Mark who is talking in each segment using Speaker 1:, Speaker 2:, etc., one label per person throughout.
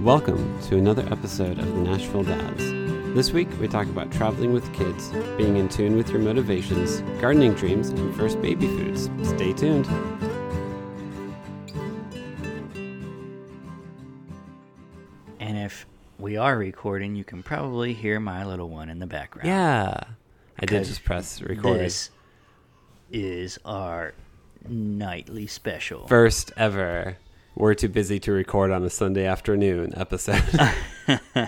Speaker 1: Welcome to another episode of the Nashville Dads. This week, we talk about traveling with kids, being in tune with your motivations, gardening dreams, and first baby foods. Stay tuned.
Speaker 2: And if we are recording, you can probably hear my little one in the background.
Speaker 1: Yeah. I did
Speaker 2: 'Cause
Speaker 1: just press record.
Speaker 2: This is our nightly special.
Speaker 1: First ever. We're too busy to record on a Sunday afternoon episode.
Speaker 2: so, we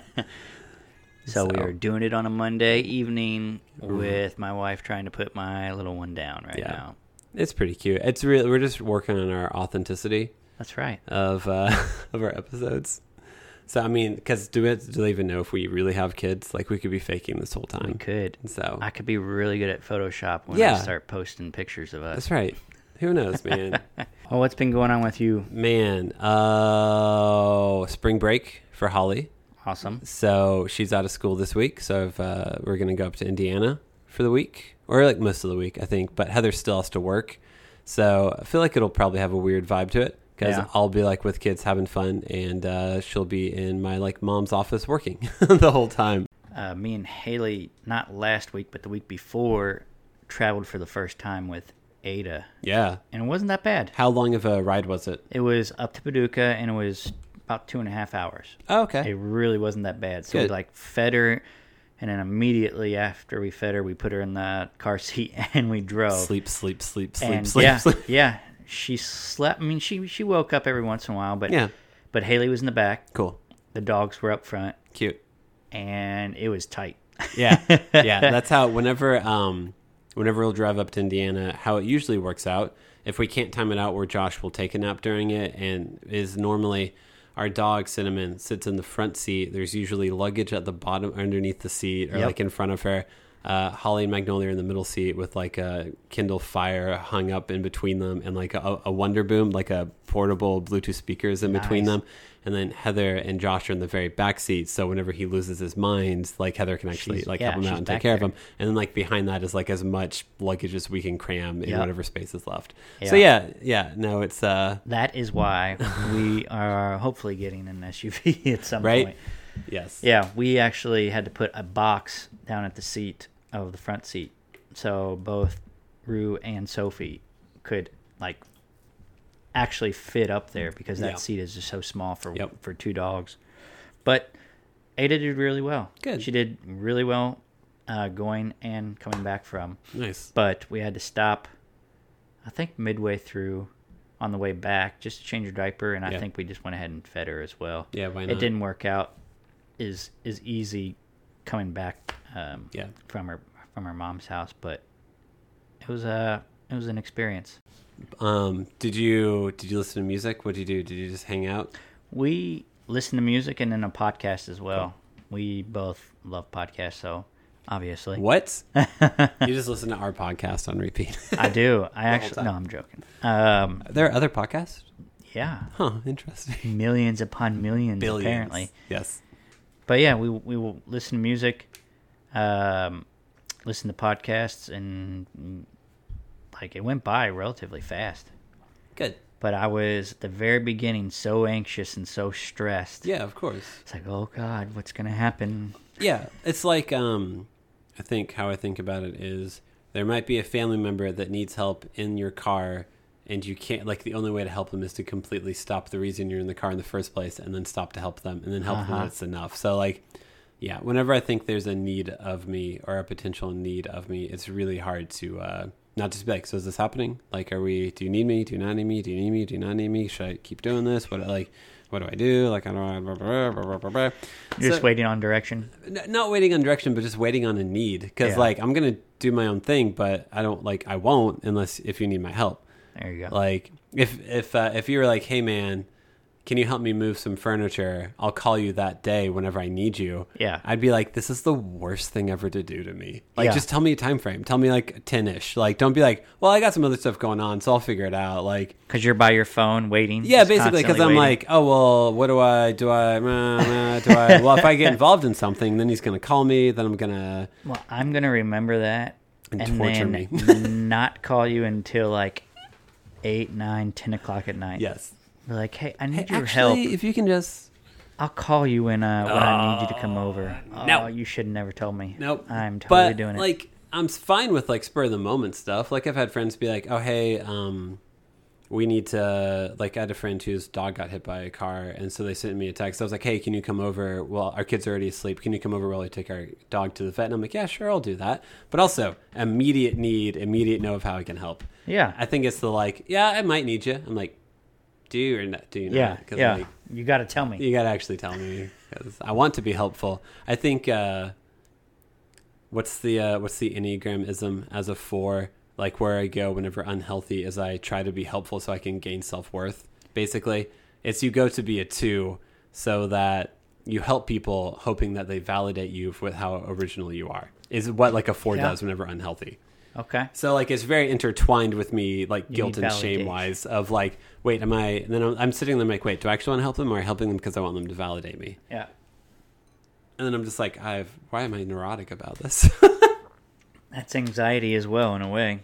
Speaker 1: so- Mm-hmm.
Speaker 2: are doing it on a Monday evening with my wife trying to put my little one down right
Speaker 1: Yeah.
Speaker 2: now.
Speaker 1: it's pretty cute. It's real. We're just working on our authenticity
Speaker 2: That's right.
Speaker 1: of uh, of our episodes. So I mean, because do it? Do they even know if we really have kids? Like we could be faking this whole time.
Speaker 2: We could.
Speaker 1: So
Speaker 2: I could be really good at Photoshop when
Speaker 1: Mm-hmm. Yeah.
Speaker 2: I start posting pictures of us.
Speaker 1: That's right. Who knows, man?
Speaker 2: Oh, what's been going on with you?
Speaker 1: man. Oh, spring break for Holly.
Speaker 2: Awesome.
Speaker 1: So she's out of school this week. So I've, uh, we're going to go up to Indiana for the week, or like most of the week, I think. But Heather still has to work. So I feel like it'll probably have a weird vibe to it because
Speaker 2: Yeah.
Speaker 1: I'll be like with kids having fun, and uh, she'll be in my like mom's office working the whole time.
Speaker 2: uh, me and Haley, not last week, but the week before, traveled for the first time with Ada.
Speaker 1: Yeah.
Speaker 2: And it wasn't that bad.
Speaker 1: How long of a ride was it?
Speaker 2: It was up to Paducah and it was about two and a half hours.
Speaker 1: Oh,
Speaker 2: It
Speaker 1: okay.
Speaker 2: really wasn't that bad. So we
Speaker 1: Good.
Speaker 2: like fed her, and then immediately after we fed her, we put her in the car seat and we drove.
Speaker 1: Sleep, sleep, sleep, sleep,
Speaker 2: and
Speaker 1: sleep,
Speaker 2: yeah,
Speaker 1: sleep.
Speaker 2: yeah. She slept. I mean, she she woke up every once in a while, but
Speaker 1: Yeah.
Speaker 2: But Haley was in the back.
Speaker 1: Cool.
Speaker 2: The dogs were up front,
Speaker 1: Cute.
Speaker 2: and it was tight.
Speaker 1: yeah yeah that's how whenever um whenever we'll drive up to indiana how it usually works out if we can't time it out where josh will take a nap during it and is normally our dog cinnamon sits in the front seat there's usually luggage at the bottom underneath the seat or
Speaker 2: Yep.
Speaker 1: like in front of her uh, Holly and Magnolia are in the middle seat with like a Kindle Fire hung up in between them and like a, a Wonder Boom, like a portable Bluetooth speakers in between
Speaker 2: Nice.
Speaker 1: them. And then Heather and Josh are in the very back seat. So whenever he loses his mind, like Heather can actually
Speaker 2: She's-
Speaker 1: like
Speaker 2: yeah,
Speaker 1: help him
Speaker 2: she's
Speaker 1: out and take
Speaker 2: back
Speaker 1: care of
Speaker 2: there.
Speaker 1: him. And then like behind that is like as much luggage as we can cram in
Speaker 2: Yeah.
Speaker 1: whatever space is left. So
Speaker 2: Yeah.
Speaker 1: yeah, yeah, no, it's uh
Speaker 2: That is why we are hopefully getting an SUV at some
Speaker 1: right.
Speaker 2: point.
Speaker 1: Yes.
Speaker 2: Yeah, we actually had to put a box down at the seat of the front seat, so both Rue and Sophie could like actually fit up there because that
Speaker 1: Yeah.
Speaker 2: seat is just so small for
Speaker 1: Yep.
Speaker 2: for two dogs. But Ada did really well.
Speaker 1: Good.
Speaker 2: She did really well uh, going and coming back from.
Speaker 1: Nice.
Speaker 2: But we had to stop, I think midway through, on the way back, just to change her diaper, and I
Speaker 1: Yeah.
Speaker 2: think we just went ahead and fed her as well.
Speaker 1: Yeah, why
Speaker 2: It
Speaker 1: not?
Speaker 2: didn't work out. Is is easy coming back um,
Speaker 1: Yeah.
Speaker 2: from her from her mom's house, but it was a it was an experience.
Speaker 1: Um did you did you listen to music? What did you do? Did you just hang out?
Speaker 2: We listen to music and then a podcast as well. We both love podcasts, so obviously
Speaker 1: What? you just listen to our podcast on repeat.
Speaker 2: I do. I actually no, I'm joking. Um,
Speaker 1: there are other podcasts?
Speaker 2: yeah,
Speaker 1: Huh, interesting.
Speaker 2: millions upon millions
Speaker 1: Billions.
Speaker 2: apparently.
Speaker 1: Yes.
Speaker 2: but yeah, we we will listen to music, um, listen to podcasts, and mm, like it went by relatively fast.
Speaker 1: Good.
Speaker 2: But I was at the very beginning so anxious and so stressed.
Speaker 1: Yeah, of course.
Speaker 2: It's like, oh God, what's gonna happen?
Speaker 1: Yeah, it's like um, I think how I think about it is there might be a family member that needs help in your car, and you can't like the only way to help them is to completely stop the reason you're in the car in the first place, and then stop to help them, and then help them.
Speaker 2: Uh-huh.
Speaker 1: when It's enough. So like, yeah, whenever I think there's a need of me or a potential need of me, it's really hard to. uh not just be like, so is this happening? Like, are we? Do you need me? Do you not need me? Do you need me? Do you not need me? Should I keep doing this? What like, what do I do? Like, I don't. Blah, blah, blah, blah, blah, blah. So-
Speaker 2: You're just waiting on direction.
Speaker 1: N- not waiting on direction, but just waiting on a need. Because
Speaker 2: Yeah.
Speaker 1: like I'm gonna do my own thing, but I don't like I won't unless if you need my help.
Speaker 2: There you go.
Speaker 1: Like if if uh, if you were like, hey man, can you help me move some furniture? I'll call you that day whenever I need you.
Speaker 2: Yeah.
Speaker 1: I'd be like, this is the worst thing ever to do to me. Like
Speaker 2: Yeah.
Speaker 1: just tell me a time frame. Tell me like ten ish. Like don't be like, well, I got some other stuff going on, so I'll figure it out. Like
Speaker 2: Because you're by your phone waiting.
Speaker 1: yeah,
Speaker 2: just
Speaker 1: basically, because I'm
Speaker 2: constantly waiting.
Speaker 1: like, oh well, what do I do? I meh, meh, do I? Well, if I get involved in something, then he's gonna call me. Then I'm gonna
Speaker 2: Well, I'm gonna remember that
Speaker 1: And
Speaker 2: and,
Speaker 1: torture
Speaker 2: then not call you until like eight, nine, ten o'clock at night.
Speaker 1: yes.
Speaker 2: Be like, hey, I need your
Speaker 1: Actually,
Speaker 2: help.
Speaker 1: if you can just
Speaker 2: I'll call you when uh, when I need you to come over.
Speaker 1: Uh, no.
Speaker 2: Oh, you should never tell me.
Speaker 1: Nope.
Speaker 2: I'm totally
Speaker 1: but,
Speaker 2: doing it.
Speaker 1: Like I'm fine with like spur of the moment stuff. Like I've had friends be like, "Oh hey, um, we need to." Like I had a friend whose dog got hit by a car, and so they sent me a text. I was like, "Hey, can you come over?" Well, our kids are already asleep. Can you come over while I take our dog to the vet? And I'm like, "Yeah, sure, I'll do that." But also, immediate need, immediate know of how I can help.
Speaker 2: yeah.
Speaker 1: I think it's the like, "Yeah, I might need you." I'm like, "Do you or not? Do you not?"
Speaker 2: yeah.
Speaker 1: 'Cause,
Speaker 2: yeah.
Speaker 1: like,
Speaker 2: you got to tell me.
Speaker 1: you gotta actually tell me 'cause I want to be helpful. I think uh, what's the uh, what's the enneagramism as a four? Like where I go whenever unhealthy is I try to be helpful so I can gain self worth. Basically, it's you go to be a two so that you help people, hoping that they validate you with how original you are. Is what like a four
Speaker 2: Yeah.
Speaker 1: does whenever unhealthy.
Speaker 2: Okay.
Speaker 1: So like it's very intertwined with me, like
Speaker 2: You
Speaker 1: guilt
Speaker 2: need
Speaker 1: and shame
Speaker 2: validation.
Speaker 1: wise of like, wait, am I? And then I'm, I'm sitting there like, wait, do I actually want to help them or helping them because I want them to validate me?
Speaker 2: Yeah.
Speaker 1: And then I'm just like, I've why am I neurotic about this?
Speaker 2: That's anxiety as well, in a way.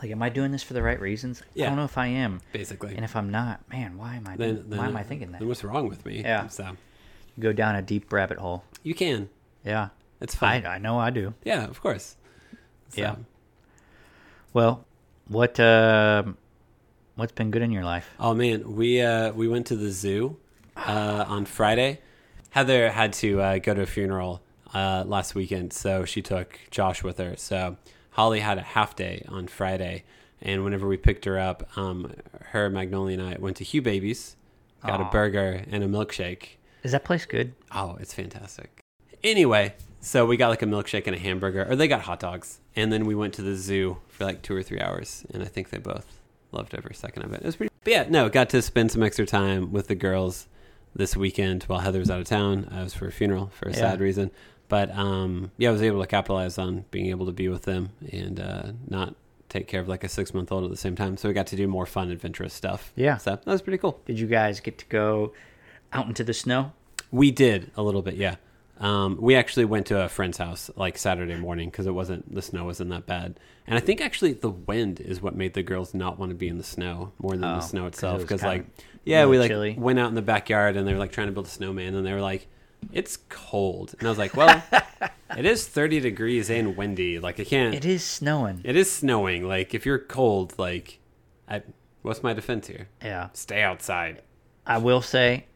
Speaker 2: Like, am I doing this for the right reasons? I
Speaker 1: Yeah.
Speaker 2: don't know if I am.
Speaker 1: Basically,
Speaker 2: And if I'm not, man, why am I?
Speaker 1: then,
Speaker 2: doing-
Speaker 1: then
Speaker 2: why am I thinking that?
Speaker 1: Then what's wrong with me?
Speaker 2: Yeah.
Speaker 1: So
Speaker 2: You go down a deep rabbit hole.
Speaker 1: you can.
Speaker 2: Yeah.
Speaker 1: It's
Speaker 2: I,
Speaker 1: fine.
Speaker 2: I know I do.
Speaker 1: Yeah, um, of course. So,
Speaker 2: Yeah. Well, what um what's been good in your life?
Speaker 1: Oh man, we uh, we went to the zoo uh, on Friday. Heather had to uh, go to a funeral uh, last weekend, so she took Josh with her. So Holly had a half day on Friday, and whenever we picked her up, um, her Magnolia and I went to Hugh Babies, got
Speaker 2: Aw.
Speaker 1: a burger and a milkshake.
Speaker 2: Is that place good?
Speaker 1: Oh, it's fantastic. Anyway, so we got like a milkshake and a hamburger, or they got hot dogs, and then we went to the zoo for like two or three hours, and I think they both loved every second of it. It was pretty. But yeah, no, got to spend some extra time with the girls this weekend while Heather was out of town. I was for a funeral for a
Speaker 2: Yeah.
Speaker 1: sad reason, but um, yeah, I was able to capitalize on being able to be with them and uh, not take care of like a six month old at the same time. So we got to do more fun, adventurous stuff.
Speaker 2: Yeah.
Speaker 1: so that was pretty cool.
Speaker 2: Did you guys get to go out into the snow?
Speaker 1: We did a little bit, yeah. Um, we actually went to a friend's house like Saturday morning because it wasn't the snow wasn't that bad, and I think actually the wind is what made the girls not want to be in the snow more than
Speaker 2: Oh,
Speaker 1: the
Speaker 2: 'cause
Speaker 1: snow
Speaker 2: it
Speaker 1: itself.
Speaker 2: was
Speaker 1: Because
Speaker 2: kinda
Speaker 1: like, yeah, we
Speaker 2: really
Speaker 1: like
Speaker 2: chilly.
Speaker 1: went out in the backyard and they were like trying to build a snowman, and they were like, "It's cold," and I was like, "Well, it is thirty degrees and windy. Like I can't.
Speaker 2: It is snowing.
Speaker 1: it is snowing. Like if you're cold, like, I, what's my defense here?
Speaker 2: yeah.
Speaker 1: Stay outside."
Speaker 2: I will say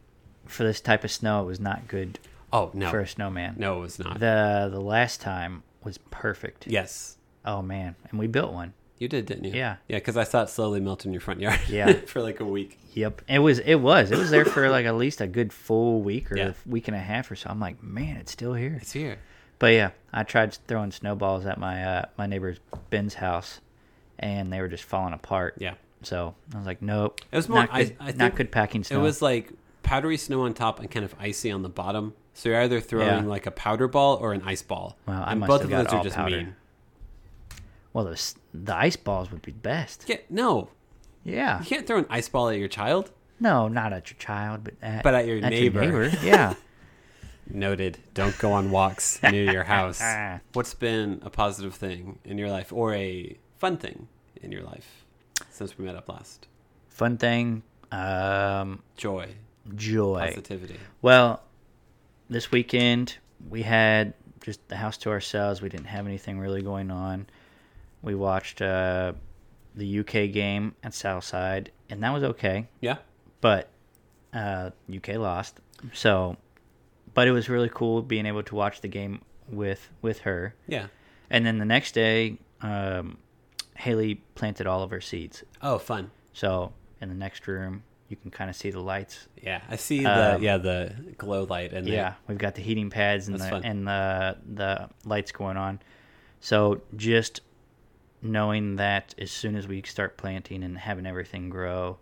Speaker 2: for this type of snow it was not good
Speaker 1: Oh no,
Speaker 2: for a snowman.
Speaker 1: no, it was not.
Speaker 2: The the last time was perfect.
Speaker 1: yes.
Speaker 2: Oh man. And we built one.
Speaker 1: You did, didn't you?
Speaker 2: Yeah.
Speaker 1: Yeah, because I saw it slowly melt in your front yard.
Speaker 2: Yeah.
Speaker 1: for like a week.
Speaker 2: Yep. It was it was. It was there for like at least a good full week or
Speaker 1: Yeah.
Speaker 2: a week and a half or so. I'm like, man, it's still here.
Speaker 1: It's here.
Speaker 2: But yeah, I tried throwing snowballs at my uh, my neighbor's Ben's house, and they were just falling apart.
Speaker 1: Yeah.
Speaker 2: So I was like, nope.
Speaker 1: It was more-
Speaker 2: not good,
Speaker 1: I- I
Speaker 2: not
Speaker 1: think
Speaker 2: good packing snow.
Speaker 1: It was like powdery snow on top and kind of icy on the bottom. So you're either throwing
Speaker 2: Yeah.
Speaker 1: like a powder ball or an ice ball.
Speaker 2: Wow, I
Speaker 1: and
Speaker 2: must
Speaker 1: both of
Speaker 2: have got
Speaker 1: those are
Speaker 2: all
Speaker 1: just
Speaker 2: powder.
Speaker 1: mean.
Speaker 2: well, those the ice balls would be best.
Speaker 1: Yeah, no,
Speaker 2: Yeah.
Speaker 1: you can't throw an ice ball at your child.
Speaker 2: No, not at your child, but at,
Speaker 1: But at your neighbor.
Speaker 2: yeah.
Speaker 1: Noted. Don't go on walks near your house.
Speaker 2: Ah.
Speaker 1: What's been a positive thing in your life or a fun thing in your life since we met up last?
Speaker 2: Fun thing. Um,
Speaker 1: Joy,
Speaker 2: joy.
Speaker 1: positivity.
Speaker 2: Well, this weekend we had just the house to ourselves. We didn't have anything really going on. We watched uh, the UK game at Southside, and that was okay,
Speaker 1: Yeah.
Speaker 2: but uh, UK lost. So, but it was really cool being able to watch the game with with her.
Speaker 1: Yeah.
Speaker 2: And then the next day, um, Haley planted all of her seeds.
Speaker 1: Oh, fun.
Speaker 2: So in the next room, you can kind of see the lights
Speaker 1: Yeah, I see the
Speaker 2: Um,
Speaker 1: yeah the glow light and the-
Speaker 2: Yeah, we've got the heating pads and
Speaker 1: That's
Speaker 2: the
Speaker 1: fun.
Speaker 2: and the the lights going on. So just knowing that as soon as we start planting and having everything grow,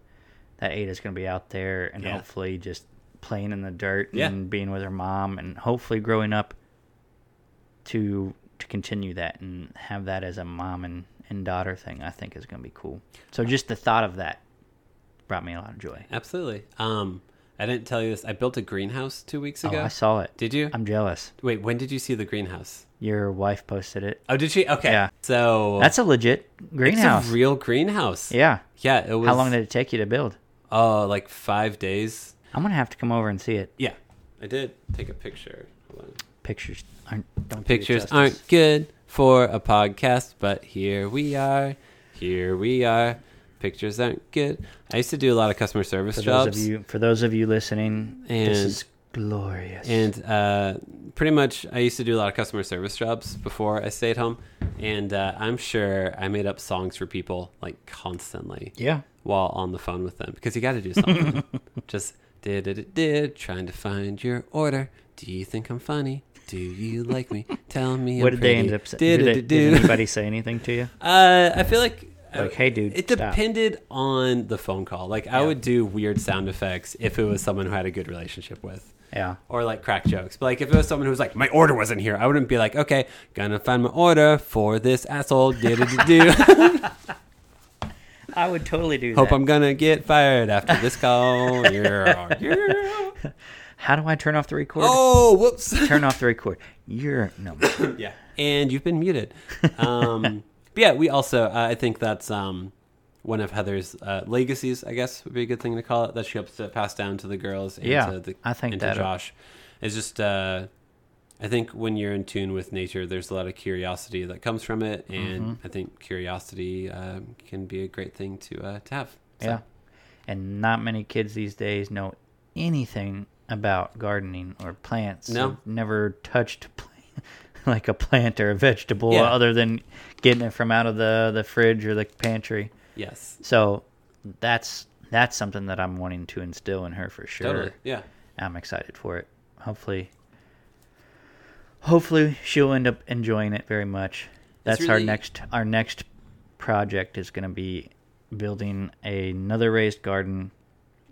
Speaker 2: that Ada's going to be out there and
Speaker 1: Yeah.
Speaker 2: hopefully just playing in the dirt
Speaker 1: Yeah.
Speaker 2: and being with her mom and hopefully growing up to to continue that and have that as a mom and, and daughter thing I think is going to be cool. So just the thought of that brought me a lot of joy.
Speaker 1: Absolutely. Um, I didn't tell you this. I built a greenhouse two weeks
Speaker 2: Oh,
Speaker 1: ago.
Speaker 2: I saw it.
Speaker 1: Did you?
Speaker 2: I'm jealous.
Speaker 1: Wait, when did you see the greenhouse?
Speaker 2: Your wife posted it.
Speaker 1: Oh, did she? Okay.
Speaker 2: Yeah.
Speaker 1: So
Speaker 2: That's a legit greenhouse.
Speaker 1: It's a real greenhouse.
Speaker 2: yeah.
Speaker 1: Yeah. It was.
Speaker 2: How long did it take you to build?
Speaker 1: Oh, like five days.
Speaker 2: I'm gonna have to come over and see it.
Speaker 1: Yeah, I did take a picture. Hold on.
Speaker 2: Pictures aren't don't do it
Speaker 1: Pictures
Speaker 2: justice.
Speaker 1: aren't good for a podcast, but here we are. Here we are. Pictures aren't good. I used to do a lot of customer service
Speaker 2: for
Speaker 1: jobs.
Speaker 2: those of you for those of you listening.
Speaker 1: And-
Speaker 2: this is glorious.
Speaker 1: And uh, pretty much, I used to do a lot of customer service jobs before I stayed home. And uh, I'm sure I made up songs for people like constantly
Speaker 2: yeah,
Speaker 1: while on the phone with them because you got to do something. Just did it, did trying to find your order. Do you think I'm funny? Do you like me? Tell me.
Speaker 2: what
Speaker 1: I'm
Speaker 2: did they
Speaker 1: pretty.
Speaker 2: end up? sa-
Speaker 1: Did
Speaker 2: Did,
Speaker 1: it,
Speaker 2: they-
Speaker 1: did
Speaker 2: did
Speaker 1: it.
Speaker 2: anybody say anything to you?
Speaker 1: Uh, I feel like uh,
Speaker 2: Like, hey, dude,
Speaker 1: It
Speaker 2: stop.
Speaker 1: depended on the phone call. Like I
Speaker 2: Yeah.
Speaker 1: would do weird sound effects if it was someone who I had a good relationship with.
Speaker 2: Yeah.
Speaker 1: Or like crack jokes. But like if it was someone who was like, My order wasn't here, I wouldn't be like, Okay, gonna find my order for this asshole. Do-do-do-do.
Speaker 2: I would totally do
Speaker 1: Hope
Speaker 2: that.
Speaker 1: I'm gonna get fired after this call. Yeah, yeah.
Speaker 2: How do I turn off the record?
Speaker 1: Oh, whoops.
Speaker 2: Turn off the record. You're no.
Speaker 1: yeah. And you've been muted. Um, but yeah, we also, uh, I think that's um, one of Heather's uh, legacies, I guess would be a good thing to call it, that she hopes to pass down to the girls and
Speaker 2: Yeah,
Speaker 1: to, the,
Speaker 2: I think
Speaker 1: and to
Speaker 2: that- uh,
Speaker 1: Josh. It's just, uh, I think when you're in tune with nature, there's a lot of curiosity that comes from it. And
Speaker 2: Mm-hmm.
Speaker 1: I think curiosity um, can be a great thing to, uh, to have. So,
Speaker 2: Yeah. And not many kids these days know anything about gardening or plants.
Speaker 1: No.
Speaker 2: They've never touched a plant, like a plant or a vegetable
Speaker 1: Yeah.
Speaker 2: other than getting it from out of the, the fridge or the pantry.
Speaker 1: Yes.
Speaker 2: So that's that's something that I'm wanting to instill in her for sure.
Speaker 1: Totally. Yeah.
Speaker 2: I'm excited for it. Hopefully Hopefully she'll end up enjoying it very much. That's our
Speaker 1: really-
Speaker 2: next our next project is going to be building another raised garden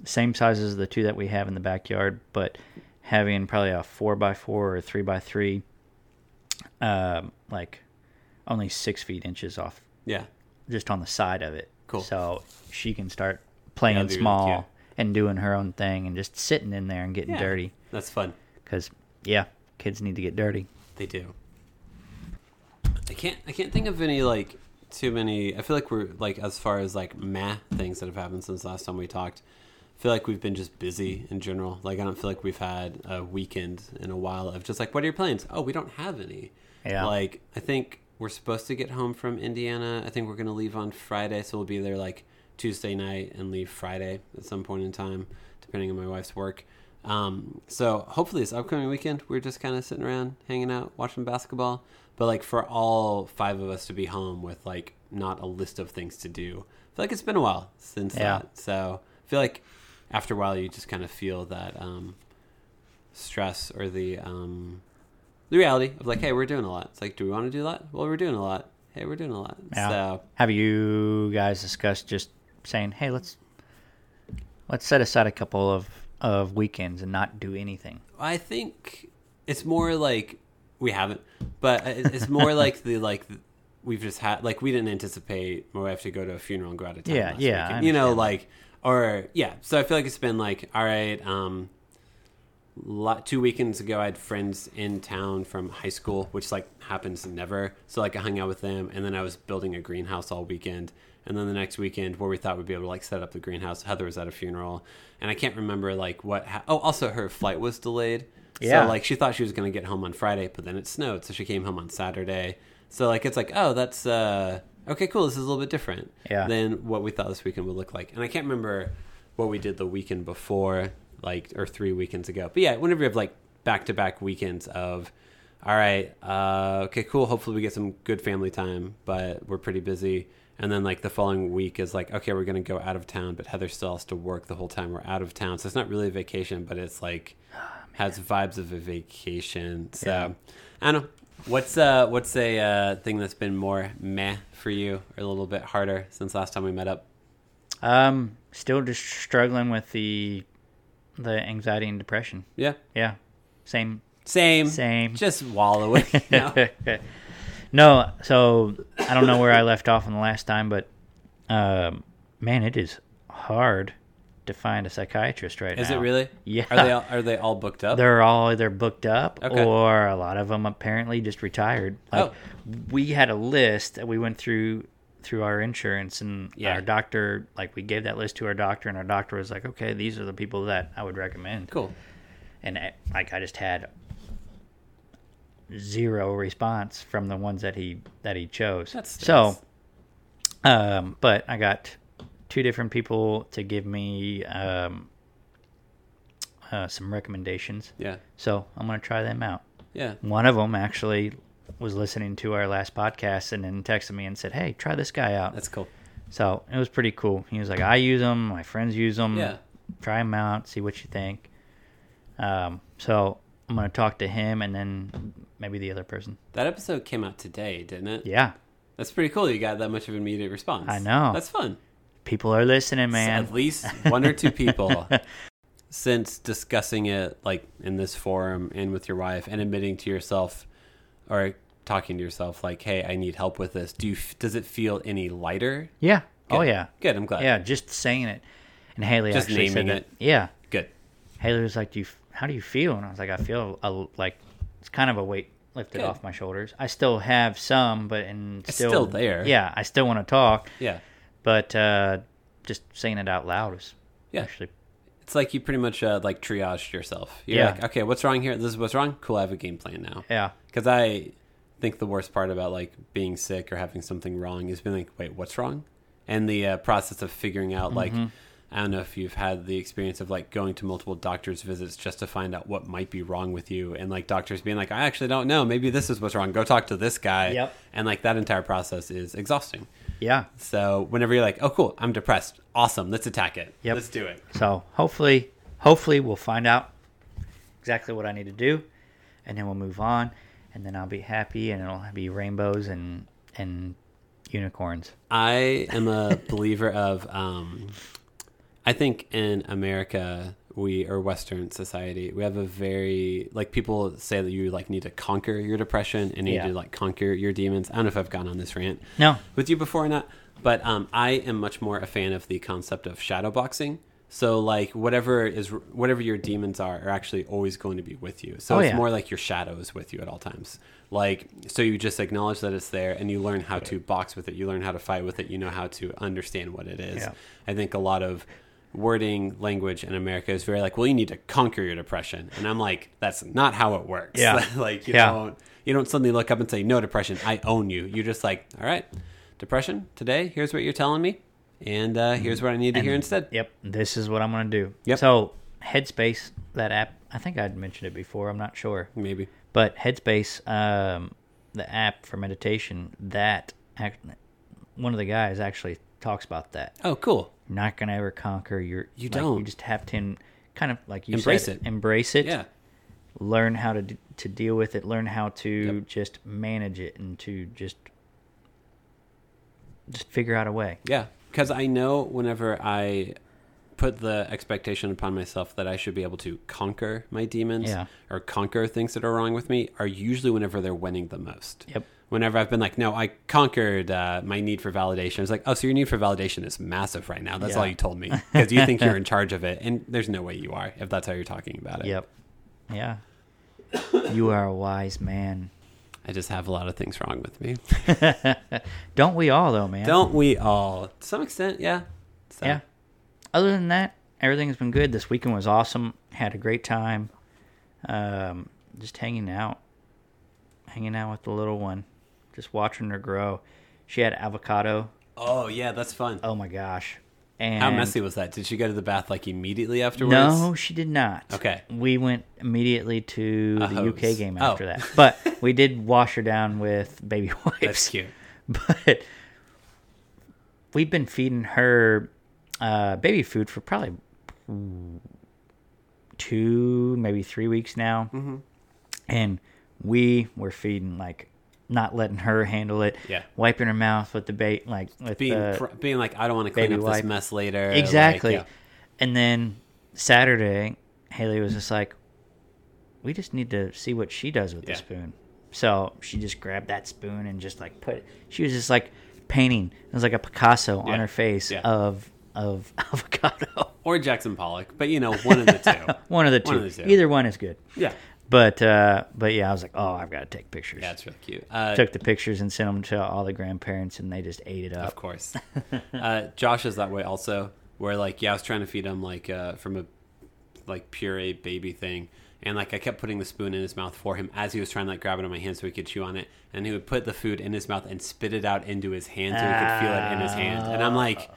Speaker 2: same size as the two that we have in the backyard, but having probably a four by four or three by three, um, like only six feet inches off
Speaker 1: Yeah.
Speaker 2: just on the side of it.
Speaker 1: Cool.
Speaker 2: So she can start playing
Speaker 1: That'd be really
Speaker 2: small
Speaker 1: cute.
Speaker 2: and doing her own thing and just sitting in there and getting
Speaker 1: yeah.
Speaker 2: dirty.
Speaker 1: That's fun.
Speaker 2: Because yeah, kids need to get dirty.
Speaker 1: They do. I can't. I can't think of any like too many. I feel like we're like as far as like meh things that have happened since last time we talked. I feel like we've been just busy in general. Like I don't feel like we've had a weekend in a while of just like what are your plans? Oh, we don't have any.
Speaker 2: Yeah.
Speaker 1: Like I think we're supposed to get home from Indiana. I think we're gonna leave on Friday, so we'll be there like Tuesday night and leave Friday at some point in time, depending on my wife's work. Um, so hopefully this upcoming weekend we're just kind of sitting around, hanging out, watching basketball. But like for all five of us to be home with like not a list of things to do, I feel like it's been a while since
Speaker 2: Yeah.
Speaker 1: that. So I feel like after a while you just kind of feel that um, stress or the um, the reality of like, hey, we're doing a lot. It's like, do we want to do a lot? Well, we're doing a lot. Hey, we're doing a lot.
Speaker 2: Yeah.
Speaker 1: So
Speaker 2: Have you guys discussed just saying, hey, let's let's set aside a couple of of weekends and not do anything?
Speaker 1: I think it's more like we haven't, but it- it's more like the like the- we've just had like we didn't anticipate my wife to go to a funeral and go out of town.
Speaker 2: Yeah,
Speaker 1: last
Speaker 2: yeah, I
Speaker 1: weekend. you know,
Speaker 2: understand that.
Speaker 1: like or yeah. So I feel like it's been like all right. um lot two weekends ago i had friends in town from high school which like happens never so like i hung out with them and then i was building a greenhouse all weekend and then the next weekend where we thought we'd be able to like set up the greenhouse heather was at a funeral and i can't remember like what ha- oh also her flight was delayed
Speaker 2: Yeah.
Speaker 1: so like she thought she was going to get home on friday but then it snowed so she came home on saturday so like it's like oh that's uh okay cool this is a little bit different
Speaker 2: Yeah.
Speaker 1: than what we thought this weekend would look like and i can't remember what we did the weekend before, like or three weekends ago. But yeah, whenever you have like back to back weekends of, all right, uh, okay, cool. Hopefully we get some good family time, but we're pretty busy. And then like the following week is like, okay, we're gonna go out of town, but Heather still has to work the whole time we're out of town, so it's not really a vacation, but it's like has vibes of a vacation. So I don't know. What's uh what's a uh, thing that's been more meh for you or a little bit harder since last time we met up?
Speaker 2: Um, still just struggling with the the anxiety and depression.
Speaker 1: Yeah.
Speaker 2: Yeah. Same
Speaker 1: Same.
Speaker 2: Same.
Speaker 1: Just wallowing. No.
Speaker 2: no, so I don't know where I left off on the last time, but um, man, it is hard to find a psychiatrist right
Speaker 1: Is
Speaker 2: now.
Speaker 1: it really?
Speaker 2: Yeah.
Speaker 1: Are they all, are they all booked up?
Speaker 2: They're all either booked up
Speaker 1: Okay.
Speaker 2: or a lot of them apparently just retired. Like,
Speaker 1: Oh.
Speaker 2: We had a list that we went through through our insurance and
Speaker 1: Yeah.
Speaker 2: our doctor like we gave that list to our doctor and our doctor was like okay these are the people that i would recommend
Speaker 1: Cool.
Speaker 2: and I, like i just had zero response from the ones that he that he chose
Speaker 1: That's
Speaker 2: so um but i got two different people to give me um uh, some recommendations
Speaker 1: Yeah.
Speaker 2: so i'm gonna try them out
Speaker 1: Yeah.
Speaker 2: one of them actually was listening to our last podcast and then texted me and said, "Hey, try this guy out."
Speaker 1: That's cool.
Speaker 2: so it was pretty cool. He was like, "I use them. My friends use them.
Speaker 1: Yeah.
Speaker 2: Try them out. See what you think." Um, so I'm gonna talk to him and then maybe the other person.
Speaker 1: That episode came out today, didn't it?
Speaker 2: Yeah,
Speaker 1: That's pretty cool. You got that much of an immediate response.
Speaker 2: I know.
Speaker 1: That's fun.
Speaker 2: people are listening,
Speaker 1: So
Speaker 2: man.
Speaker 1: At least one or two people since discussing it like in this forum and with your wife and admitting to yourself or talking to yourself like, "Hey, I need help with this." Do you f- does it feel any lighter?
Speaker 2: yeah. Oh
Speaker 1: Good.
Speaker 2: yeah.
Speaker 1: Good. I'm glad.
Speaker 2: Yeah. Just saying it. And Haley
Speaker 1: Just
Speaker 2: actually said
Speaker 1: naming
Speaker 2: that.
Speaker 1: it.
Speaker 2: Yeah.
Speaker 1: Good.
Speaker 2: Haley was like, "Do you? f- How do you feel?" And I was like, "I feel a, like it's kind of a weight lifted
Speaker 1: Good.
Speaker 2: off my shoulders. I still have some, but and
Speaker 1: It's
Speaker 2: still,
Speaker 1: still there.
Speaker 2: Yeah, I still want to talk,
Speaker 1: Yeah.
Speaker 2: but uh, just saying it out loud is
Speaker 1: Yeah.
Speaker 2: actually
Speaker 1: It's like you pretty much uh, like triaged yourself. You're
Speaker 2: Yeah.
Speaker 1: like, "Okay, what's wrong here? This is what's wrong. Cool, I have a game plan now."
Speaker 2: yeah,
Speaker 1: Because I think the worst part about like being sick or having something wrong is being like, wait, what's wrong? And the uh, process of figuring out, like,
Speaker 2: Mm-hmm.
Speaker 1: I don't know if you've had the experience of like going to multiple doctor's visits just to find out what might be wrong with you, and like doctors being like, I actually don't know. Maybe this is what's wrong. Go talk to this guy.
Speaker 2: Yep.
Speaker 1: And like that entire process is exhausting.
Speaker 2: yeah.
Speaker 1: So whenever you're like, oh, cool, I'm depressed. Awesome. Let's attack it.
Speaker 2: Yep.
Speaker 1: Let's do it.
Speaker 2: So hopefully, hopefully we'll find out exactly what I need to do, and then we'll move on, and then I'll be happy, and it'll be rainbows and and unicorns.
Speaker 1: I am a believer of. Um, I think in America, we or Western society, we have a very like people say that you like need to conquer your depression and you
Speaker 2: Yeah.
Speaker 1: need to like conquer your demons. I don't know if I've gone on this rant
Speaker 2: No,
Speaker 1: with you before or not, but um, I am much more a fan of the concept of shadow boxing. So like whatever is whatever your demons are are actually always going to be with you. So
Speaker 2: Oh,
Speaker 1: it's
Speaker 2: yeah.
Speaker 1: more like your shadow is with you at all times. Like so you just acknowledge that it's there and you learn how to box with it. You learn how to fight with it. You know how to understand what it is.
Speaker 2: Yeah.
Speaker 1: I think a lot of wording language in America is very like, well, you need to conquer your depression, and I'm like, that's not how it works.
Speaker 2: Yeah.
Speaker 1: like you
Speaker 2: Yeah.
Speaker 1: don't you don't suddenly look up and say, "No depression, I own you." You're just like, "All right, depression today. Here's what you're telling me, and uh, here's what I need to hear instead."
Speaker 2: Yep, this is what I'm gonna do.
Speaker 1: Yep.
Speaker 2: So Headspace, that app, I think I'd mentioned it before. I'm not sure,
Speaker 1: Maybe.
Speaker 2: but Headspace, um, the app for meditation, that act, one of the guys actually talks about that.
Speaker 1: Oh, cool.
Speaker 2: You're not gonna ever conquer your.
Speaker 1: You
Speaker 2: like,
Speaker 1: don't.
Speaker 2: You just have to en- kind of like you
Speaker 1: Embrace
Speaker 2: said,
Speaker 1: it.
Speaker 2: Embrace it.
Speaker 1: Yeah,
Speaker 2: Learn how to d- to deal with it. Learn how to just manage it and to just just figure out a way.
Speaker 1: yeah. Because I know whenever I put the expectation upon myself that I should be able to conquer my demons
Speaker 2: Yeah.
Speaker 1: or conquer things that are wrong with me, are usually whenever they're winning the most.
Speaker 2: Yep.
Speaker 1: Whenever I've been like, no, I conquered uh, my need for validation. It's like, oh, so your need for validation is massive right now. That's
Speaker 2: Yeah.
Speaker 1: all you told me because you think you're in charge of it, and there's no way you are if that's how you're talking about it.
Speaker 2: Yep. Yeah. you are a wise man.
Speaker 1: I just have a lot of things wrong with me.
Speaker 2: Don't we all though, man?
Speaker 1: Don't we all? To some extent, yeah. So,
Speaker 2: Yeah. Other than that, everything's been good. This weekend was awesome. Had a great time. Um, just hanging out, hanging out with the little one, just watching her grow. She had avocado.
Speaker 1: Oh yeah, that's fun.
Speaker 2: Oh my gosh. And
Speaker 1: How messy was that? Did she go to the bath like immediately afterwards?
Speaker 2: No, she did not.
Speaker 1: Okay.
Speaker 2: We went immediately to
Speaker 1: A
Speaker 2: the
Speaker 1: hose.
Speaker 2: UK game
Speaker 1: Oh.
Speaker 2: after that. But we did wash her down with baby wipes.
Speaker 1: That's cute.
Speaker 2: but we've been feeding her uh, baby food for probably mm, two, maybe three weeks now, mm-hmm. and we were feeding like not letting her handle it.
Speaker 1: Yeah.
Speaker 2: wiping her mouth with the bait, like with
Speaker 1: Being
Speaker 2: the
Speaker 1: pr- being like, I don't want to clean
Speaker 2: baby
Speaker 1: up this
Speaker 2: wipe.
Speaker 1: mess later. like,
Speaker 2: exactly.
Speaker 1: yeah.
Speaker 2: And then Saturday, Haley was just like, "We just need to see what she does with the
Speaker 1: Yeah.
Speaker 2: spoon." So she just grabbed that spoon and just like put. She was just like painting. It was like a Picasso
Speaker 1: Yeah.
Speaker 2: on her face
Speaker 1: Yeah.
Speaker 2: of of avocado.
Speaker 1: Or Jackson Pollock, but you know, one of the two.
Speaker 2: one of the two.
Speaker 1: One of the two.
Speaker 2: Either one is good.
Speaker 1: yeah.
Speaker 2: But uh, but yeah, I was like, oh, I've got to take pictures.
Speaker 1: Yeah, it's really cute. Uh,
Speaker 2: Took the pictures and sent them to all the grandparents, and they just ate it
Speaker 1: of
Speaker 2: up.
Speaker 1: course. uh, Josh is that way also, where like yeah, I was trying to feed him like uh, from a like puree baby thing, and like I kept putting the spoon in his mouth for him as he was trying to like grab it on my hand so he could chew on it, and he would put the food in his mouth and spit it out into his hand so he could feel it in his hand, and I'm like.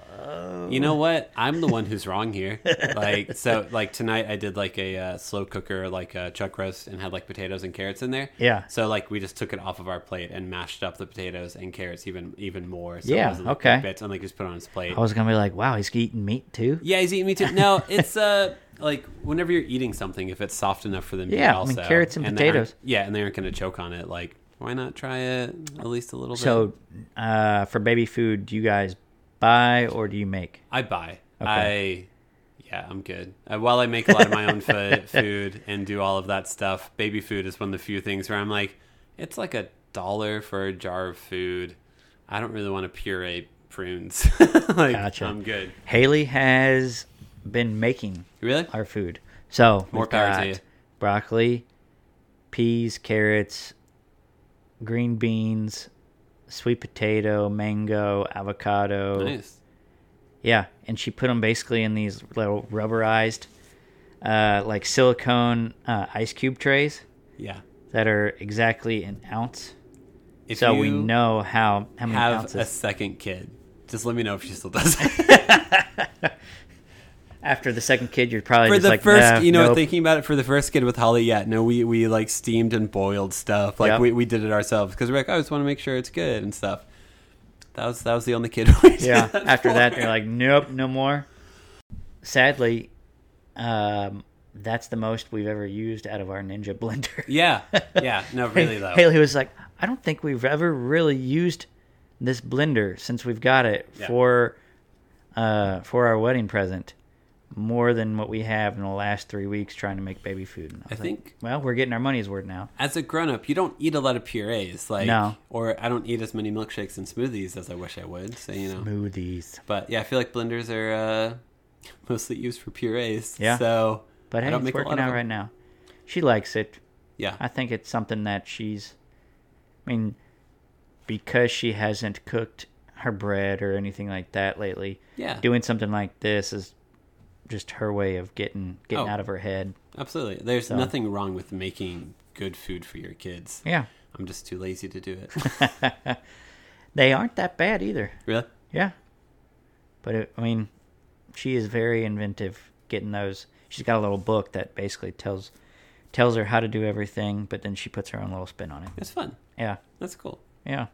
Speaker 1: You know what? I'm the one who's wrong here. Like so, like tonight I did like a uh, slow cooker, like a chuck roast, and had like potatoes and carrots in there.
Speaker 2: Yeah.
Speaker 1: So like we just took it off of our plate and mashed up the potatoes and carrots even even more. So
Speaker 2: Yeah,
Speaker 1: It wasn't, like,
Speaker 2: okay. Oh.
Speaker 1: big Bits and like just put it on his plate.
Speaker 2: I was gonna be like, wow, he's eating meat too.
Speaker 1: Yeah, he's eating me too. No, it's uh like whenever you're eating something, if it's soft enough for them to
Speaker 2: Yeah,
Speaker 1: eat
Speaker 2: I
Speaker 1: also.
Speaker 2: mean, carrots and
Speaker 1: they aren't-
Speaker 2: potatoes.
Speaker 1: Yeah, and they aren't gonna choke on it. Like, why not try it at least a little bit?
Speaker 2: So, uh, for baby food, do you guys buy or do you make?
Speaker 1: I buy. I yeah, I'm good. Uh, while I make a lot of my own fu- food and do all of that stuff, baby food is one of the few things where I'm like, it's like a dollar for a jar of food. I don't really want to puree prunes. like,
Speaker 2: Gotcha.
Speaker 1: I'm good.
Speaker 2: Haley has been making
Speaker 1: Really?
Speaker 2: our food, so
Speaker 1: More
Speaker 2: we've
Speaker 1: power to
Speaker 2: got
Speaker 1: you.
Speaker 2: Broccoli, peas, carrots, green beans, sweet potato, mango, avocado.
Speaker 1: Nice.
Speaker 2: Yeah, and she put them basically in these little rubberized, uh, like silicone uh, ice cube trays
Speaker 1: Yeah.
Speaker 2: that are exactly an ounce.
Speaker 1: If
Speaker 2: so we
Speaker 1: you
Speaker 2: know how how many
Speaker 1: have a
Speaker 2: ounces
Speaker 1: second kid. Just let me know if she still does it.
Speaker 2: after the second kid you're probably
Speaker 1: for
Speaker 2: just
Speaker 1: the
Speaker 2: like
Speaker 1: first,
Speaker 2: "Nah,
Speaker 1: you know,
Speaker 2: nope."
Speaker 1: thinking about it for the first kid with Holly, yeah, no, we we like steamed and boiled stuff. Like
Speaker 2: Yep.
Speaker 1: we, we did it ourselves because we're like, I just want to make sure it's good and stuff. That was that was the only kid. We did
Speaker 2: yeah after that
Speaker 1: for.
Speaker 2: you're like nope no more sadly um that's the most we've ever used out of our ninja blender
Speaker 1: yeah, yeah, no, really though.
Speaker 2: haley was like i don't think we've ever really used this blender since we've got it
Speaker 1: Yeah.
Speaker 2: for uh for our wedding present more than what we have in the last three weeks trying to make baby food And
Speaker 1: I
Speaker 2: was like,
Speaker 1: think
Speaker 2: well we're getting our money's worth now
Speaker 1: as a grown up, you don't eat a lot of purees, like,
Speaker 2: No.
Speaker 1: or I don't eat as many milkshakes and smoothies as I wish I would. So you know,
Speaker 2: smoothies
Speaker 1: but yeah, I feel like blenders are uh, mostly used for purees.
Speaker 2: Yeah.
Speaker 1: So
Speaker 2: But
Speaker 1: I
Speaker 2: hey,
Speaker 1: don't
Speaker 2: it's
Speaker 1: make a lot of
Speaker 2: working out
Speaker 1: them.
Speaker 2: right now. She likes it.
Speaker 1: yeah,
Speaker 2: I think it's something that she's. I mean, because she hasn't cooked her bread or anything like that lately,
Speaker 1: yeah,
Speaker 2: doing something like this is just her way of getting getting
Speaker 1: Oh.
Speaker 2: out of her head.
Speaker 1: Absolutely. There's nothing wrong with making good food for your kids.
Speaker 2: Yeah,
Speaker 1: I'm just too lazy to do it.
Speaker 2: they aren't that bad either.
Speaker 1: really?
Speaker 2: Yeah, but it, I mean, she is very inventive getting those. She's got a little book that basically tells tells her how to do everything, but then she puts her own little spin on it.
Speaker 1: It's fun.
Speaker 2: Yeah,
Speaker 1: That's cool.
Speaker 2: yeah.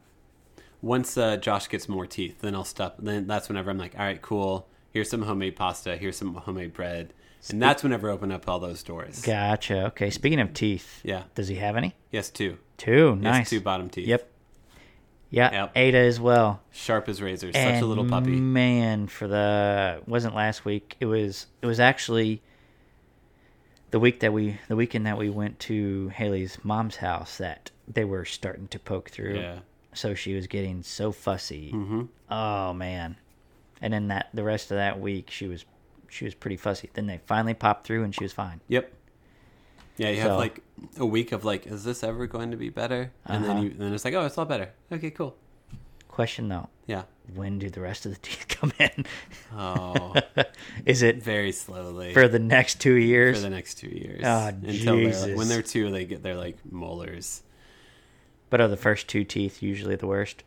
Speaker 1: Once uh, Josh gets more teeth, then I'll stop. Then that's whenever I'm like, all right, cool. Here's some homemade pasta. Here's some homemade bread. And that's whenever I open up all those doors.
Speaker 2: Gotcha. Okay. Speaking of teeth,
Speaker 1: Yeah.
Speaker 2: does he have any?
Speaker 1: Yes, two.
Speaker 2: Two.
Speaker 1: Yes,
Speaker 2: Nice.
Speaker 1: two bottom teeth.
Speaker 2: Yep. Yeah.
Speaker 1: Yep.
Speaker 2: Ada as well.
Speaker 1: Sharp as razors. Such a
Speaker 2: And
Speaker 1: little puppy.
Speaker 2: Man, for the wasn't last week. It was. It was actually the week that we, the weekend that we went to Haley's mom's house that they were starting to poke through.
Speaker 1: Yeah.
Speaker 2: So she was getting so fussy. Mm-hmm. Oh man. And then that the rest of that week she was she was pretty fussy. Then they finally popped through and she was fine.
Speaker 1: Yep. Yeah, you have
Speaker 2: So-
Speaker 1: like a week of like, is this ever going to be better? And then
Speaker 2: Uh-huh.
Speaker 1: you, then it's like, oh, it's all better. Okay, cool.
Speaker 2: Question though,
Speaker 1: Yeah.
Speaker 2: when do the rest of the teeth come in?
Speaker 1: Oh,
Speaker 2: Is it
Speaker 1: very slowly.
Speaker 2: for the next two
Speaker 1: for
Speaker 2: years?
Speaker 1: the next two years.
Speaker 2: Ah,
Speaker 1: They're,
Speaker 2: Jesus.
Speaker 1: when they're two, they get their like molars.
Speaker 2: but are the first two teeth usually the worst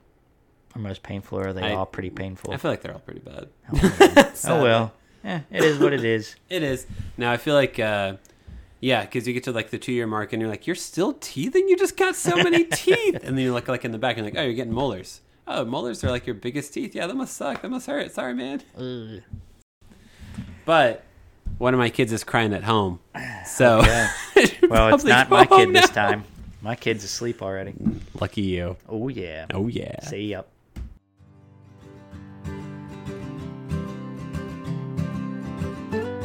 Speaker 2: or most painful, or are they
Speaker 1: I-
Speaker 2: all pretty painful?
Speaker 1: I feel like they're all pretty bad.
Speaker 2: oh well, eh, it is what it is.
Speaker 1: It is. Now I feel like, uh, yeah, because you get to like the two year mark and you're like, you're still teething. You just got so many teeth, and then you look like in the back and you're like, oh, you're getting molars. Oh, molars are like your biggest teeth. Yeah, that must suck. That must hurt. Sorry, man.
Speaker 2: Ugh.
Speaker 1: But one of my kids is crying at home, so
Speaker 2: Oh, Well, it's
Speaker 1: Probably
Speaker 2: not my
Speaker 1: go
Speaker 2: kid
Speaker 1: home
Speaker 2: this
Speaker 1: now.
Speaker 2: time. My kid's asleep already.
Speaker 1: lucky you.
Speaker 2: Oh yeah.
Speaker 1: Oh yeah.
Speaker 2: See ya.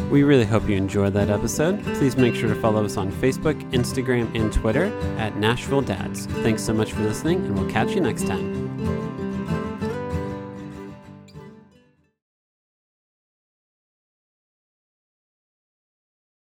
Speaker 1: We really hope you enjoyed that episode. Please make sure to follow us on Facebook, Instagram, and Twitter at Nashville Dads. Thanks so much for listening, and we'll catch you next time.